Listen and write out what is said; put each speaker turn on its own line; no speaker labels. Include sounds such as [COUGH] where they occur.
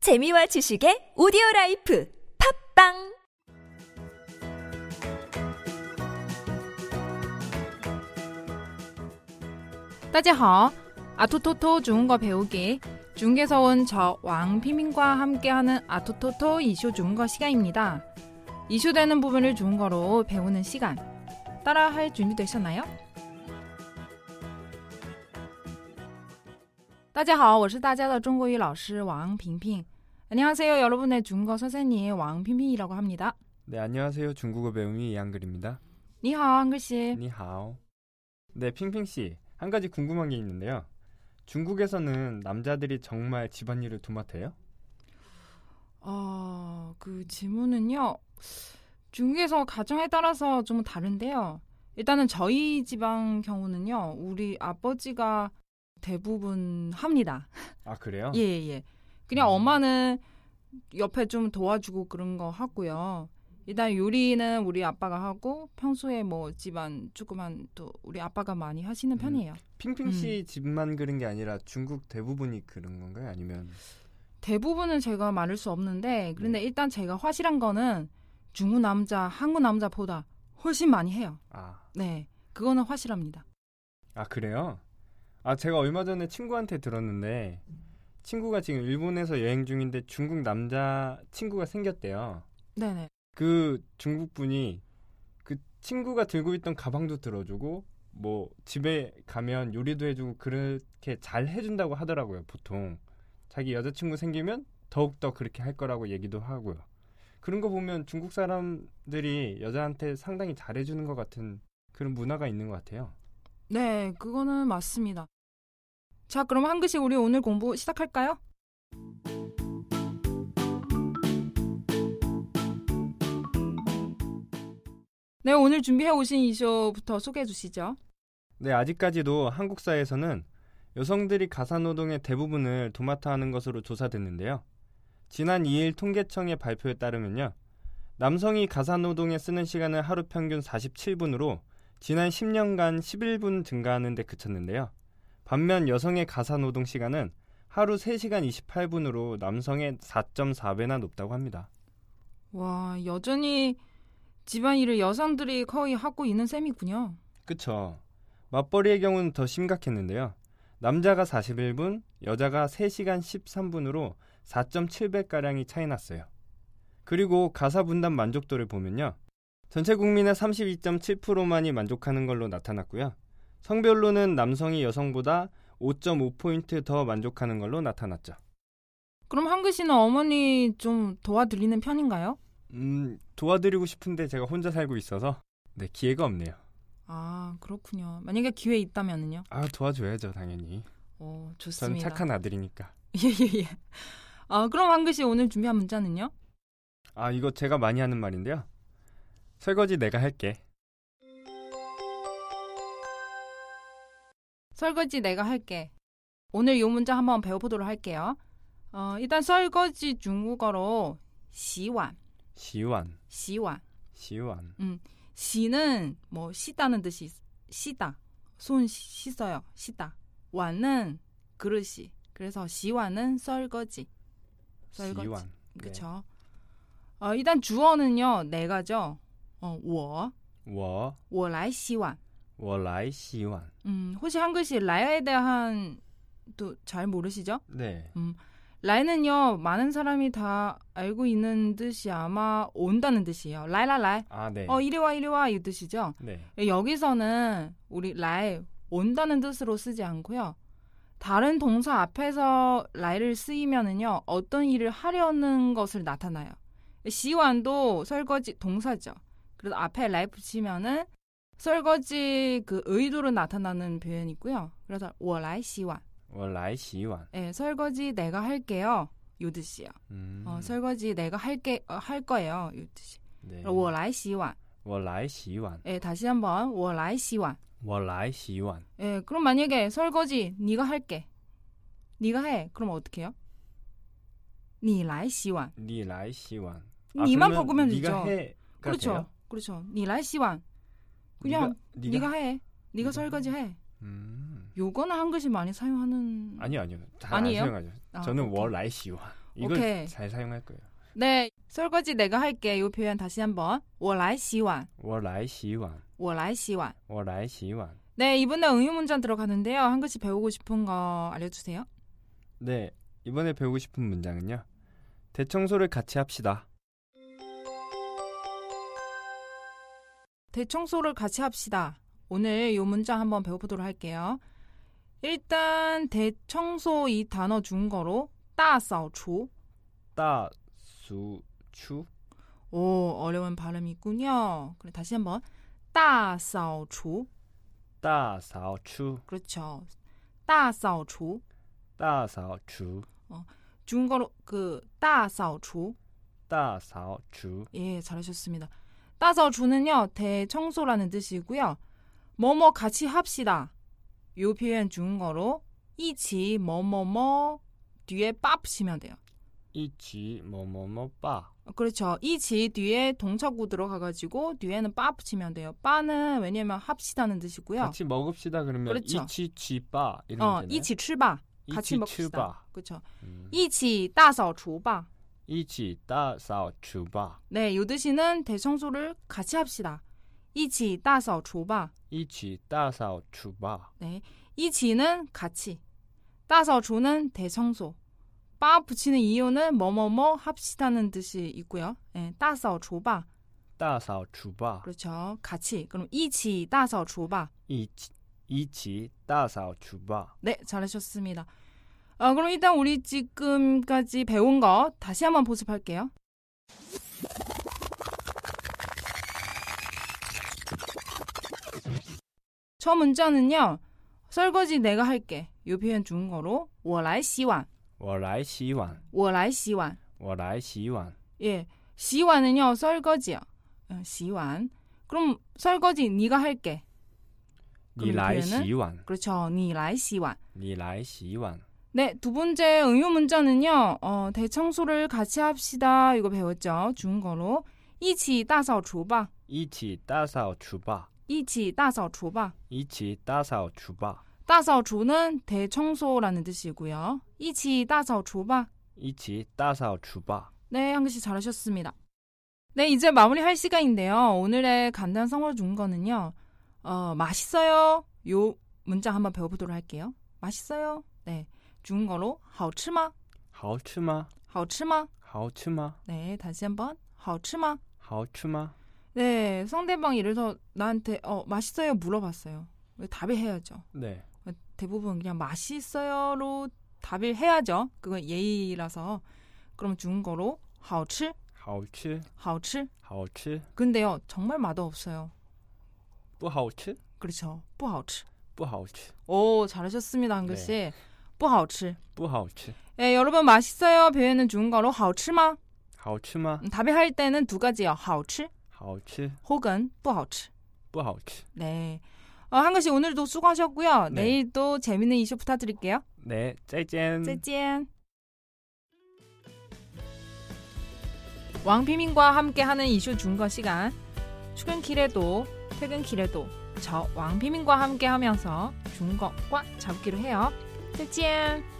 재미와 지식의 오디오 라이프 팝빵
따지하 아토토토 중국어 배우기 중국에서 온 저 왕피민과 함께하는 아토토토 이슈 중국어 시간입니다. 이슈되는 부분을 중국어로 배우는 시간 따라할 준비되셨나요? 大家好，我是大家的中国语老师王平平。 안녕하세요, 여러분의 중국어 선생님 왕핑핑이라고 합니다.
네, 안녕하세요. 중국어 배움이 이한글입니다.
你好, 한글 씨.
니하오. 네, 핑핑 씨. 한 가지 궁금한 게 있는데요. 중국에서는 남자들이 정말 집안일을 도맡아요?
어, 그 질문은요. 중국에서 가정에 따라서 좀 다른데요. 일단은 저희 지방 경우는요. 우리 아버지가 대부분 합니다.
아, 그래요?
예, 예. 그냥
음.
엄마는 옆에 좀 도와주고 그런 거 하고요. 일단 요리는 우리 아빠가 하고 평소에 뭐 집안 조그만 또 우리 아빠가 많이 하시는
음.
편이에요.
핑핑 씨 집만 그런 게 아니라 중국 대부분이 그런 건가요? 아니면
대부분은 제가 말할 수 없는데 그런데 일단 제가 화실한 거는 중국 남자, 한국 남자보다 훨씬 많이 해요.
아,
네, 그거는 화실합니다.
아, 그래요? 아, 제가 얼마 전에 친구한테 들었는데 친구가 지금 일본에서 여행 중인데 중국 남자 친구가 생겼대요.
네네.
그 중국 분이 그 친구가 들고 있던 가방도 들어주고 뭐 집에 가면 요리도 해주고 그렇게 잘 해준다고 하더라고요 보통 자기 여자친구 생기면 더욱더 그렇게 할 거라고 얘기도 하고요 그런 거 보면 중국 사람들이 여자한테 상당히 잘해주는 것 같은 그런 문화가 있는 것 같아요
네, 그거는 맞습니다. 자, 그럼 한글씨 우리 오늘 공부 시작할까요? 네, 오늘 준비해 오신 이슈부터 소개해 주시죠.
네 아직까지도 한국 사회에서는 여성들이 가사노동의 대부분을 도맡아 하는 것으로 조사됐는데요 지난 2일 통계청의 발표에 따르면요. 남성이 가사노동에 쓰는 시간은 하루 평균 47분으로 지난 10년간 11분 증가하는 데 그쳤는데요. 반면 여성의 가사노동 시간은 하루 3시간 28분으로 남성의 4.4배나 높다고 합니다.
와, 여전히 집안일을 여성들이 거의 하고 있는 셈이군요.
그쵸. 맞벌이의 경우는 더 심각했는데요. 남자가 41분, 여자가 3시간 13분으로 4.7배가량이 차이 났어요. 그리고 가사 분담 만족도를 보면요. 전체 국민의 32.7%만이 만족하는 걸로 나타났고요. 성별로는 남성이 여성보다 5.5포인트 더 만족하는 걸로 나타났죠.
그럼 한글 씨는 어머니 좀 도와드리는 편인가요?
음, 도와드리고 싶은데 제가 혼자 살고 있어서 네, 기회가 없네요.
아, 그렇군요. 만약에 기회 있다면은요?
아, 도와줘야죠, 당연히.
어,
저는
좋습니다.
착한 아들이니까.
[LAUGHS] 예, 예, 예. 아, 그럼 한글 씨 오늘 준비한 문자는요?
아, 이거 제가 많이 하는 말인데요. 설거지 내가 할게.
설거지 내가 할게. 오늘 요 문자 한번 배워보도록 할게요. 어, 일단 설거지 중국어로 시완,
시완,
시완.
시완.
시는 뭐 씻다는 뜻이 씻다. 손 씻- 씻어요. 씻다. 완은 그릇이. 그래서 시완은 설거지. 설거지.
시완.
그쵸? 어, 일단 주어는요, 네 내가죠. 어, 我,
我
我来洗碗.
我来洗碗
음, 혹시 한글씨 라야에 대한 또 잘 모르시죠?
네.
라이는요 많은 사람이 다 알고 있는 뜻이 아마 온다는 뜻이에요. 라이라 라이.
아, 네.
어 이리 와 이리 와 이 뜻이죠.
네.
예, 여기서는 우리 라이 온다는 뜻으로 쓰지 않고요. 다른 동사 앞에서 라이를 쓰이면은요 어떤 일을 하려는 것을 나타나요. 예, 시완도 설거지 동사죠. 그래서 앞에 라이 붙이면은 설거지 그 의도로 나타나는 표현이고요. 그래서 我来 시완.
我来洗碗.
예, 설거지 내가 할게요. 요 뜻이요.
음.
어, 설거지 내가 할게 어, 할 거예요. 요 뜻이.
네.
我来洗碗.
我来洗碗.
예, 다시 한번 我来洗碗.
我来洗碗.
예, 그럼 만약에 설거지 네가 할게. 네가 해. 그럼 어떻게 해요? 你来洗碗.
你来洗碗.
니만
아, 그러면
바꾸면
네가
되죠.
해.
그렇죠.
돼요?
그렇죠. 你来洗碗. 그냥
네가,
네가, 해. 네가
네가
설거지 해.
음.
요거는 한글씨 많이 사용하는
아니요, 아니요. 잘
아니에요?
안 사용하죠.
아,
저는
오케이.
我来洗碗. 이걸
오케이.
잘 사용할 거예요.
네, 설거지 내가 할게. 이 표현 다시 한번. 我来洗碗.
我来洗碗,
我来洗碗.
我来洗碗.
네, 이번에 응용문장 들어가는데요. 한 글씨 배우고 싶은 거 알려주세요.
네, 이번에 배우고 싶은 문장은요. 대청소를 같이 합시다.
대청소를 같이 합시다. 오늘 이 문장 한번 배워보도록 할게요. 일단 대청소 이 단어 중거로 따扫除.
따수추,
오, 어려운 발음이 있군요. 그래, 다시 한번. 따扫除.
따사추,
그렇죠. 따扫除.
따사추,
중거로 그 따扫除.
따사추.
예, 잘하셨습니다. 따서 주는요, 대청소라는 뜻이고요. 뭐뭐 같이 합시다. 요 표현 중거로 이치 뭐뭐뭐 뒤에 밥 치면 돼요.
이치 뭐뭐뭐 빠.
그렇죠. 이치 뒤에 동차구 들어가가지고 뒤에는 밥 치면 돼요. 빠는 왜냐면 합시다는 뜻이고요.
같이 먹읍시다 그러면
그렇죠.
이치치 빠 이런
어,
거잖아요.
이치 출바 같이
이치
먹읍시다.
출바.
그렇죠.
음.
이치 따서除吧.
이치 따사추바,
네, 요 뜻이는 대청소를 같이 합시다. 이치 따서除吧.
이치 따사추바.
네. 이치는 같이. 따서 주는 대청소. 빠 붙이는 이유는 뭐뭐뭐 합시다는 뜻이 있고요. 예, 따서 줘봐.
따사추바,
그렇죠. 같이. 그럼 이치 따서 줘봐.
이치 이치 따사추바.
네, 잘하셨습니다. 어, 그럼 일단 우리 지금까지 배운 거 다시 한번 보습할게요. 첫 문자는요. 설거지 내가 할게. 요 표현 중거로 我来洗碗.
我来洗碗,
我来洗碗.
我来洗碗.
예. 洗碗은요. 설거지요. 어, 洗碗. 그럼 설거지 네가 할게.
你来
그럼
洗碗，
그렇죠. 你来洗碗.
你来洗碗，
네, 두 번째 응용 문자는요. 어, 대청소를 같이 합시다. 이거 배웠죠. 중국어로 一起大扫除吧.
一起打扫除吧，
一起大扫除吧.
一起打扫除吧，
大扫除는 대청소라는 뜻이고요. 一起大扫除吧.
一起打扫除吧。
네, 한 글씨 잘하셨습니다. 네, 이제 마무리할 시간인데요. 오늘의 간단 성어 중거는요. 어, 맛있어요. 요 문장 한번 배워보도록 할게요. 맛있어요. 네, 중거로 好吃吗?
好吃吗？
好吃吗?
好吃吗？
네, 다시 한번 好吃吗?
好吃吗？
네, 상대방 이래서 나한테 어 맛있어요 물어봤어요. 왜 답을 해야죠.
对，
대부분 그냥 맛있어요로 답을 해야죠. 그건 예의라서. 그럼 중국어로 好吃,
好吃，
好吃.
好吃，
근데요, 정말 맛없어요.
不好吃，
그렇죠. 不好吃.
不好吃，
오, 잘하셨습니다, 한글 씨.
네.
不好吃.
不好吃，
예, 여러분 맛있어요 표현은 중국어로 好吃吗?
好吃吗？
음, 답을 할 때는 두 가지요. 好吃
好吃，
혹은 不好吃.
不好吃。
네. 어, 한글씨 오늘도 수고하셨고요.
네.
내일 또 재밌는 이슈 부탁드릴게요.
来，再见。
음. 짜잔. 왕피민과 함께하는 이슈 준거 시간. 출근길에도 퇴근길에도 저 왕피민과 함께하면서 준거과 잡기로 해요. 짜잔.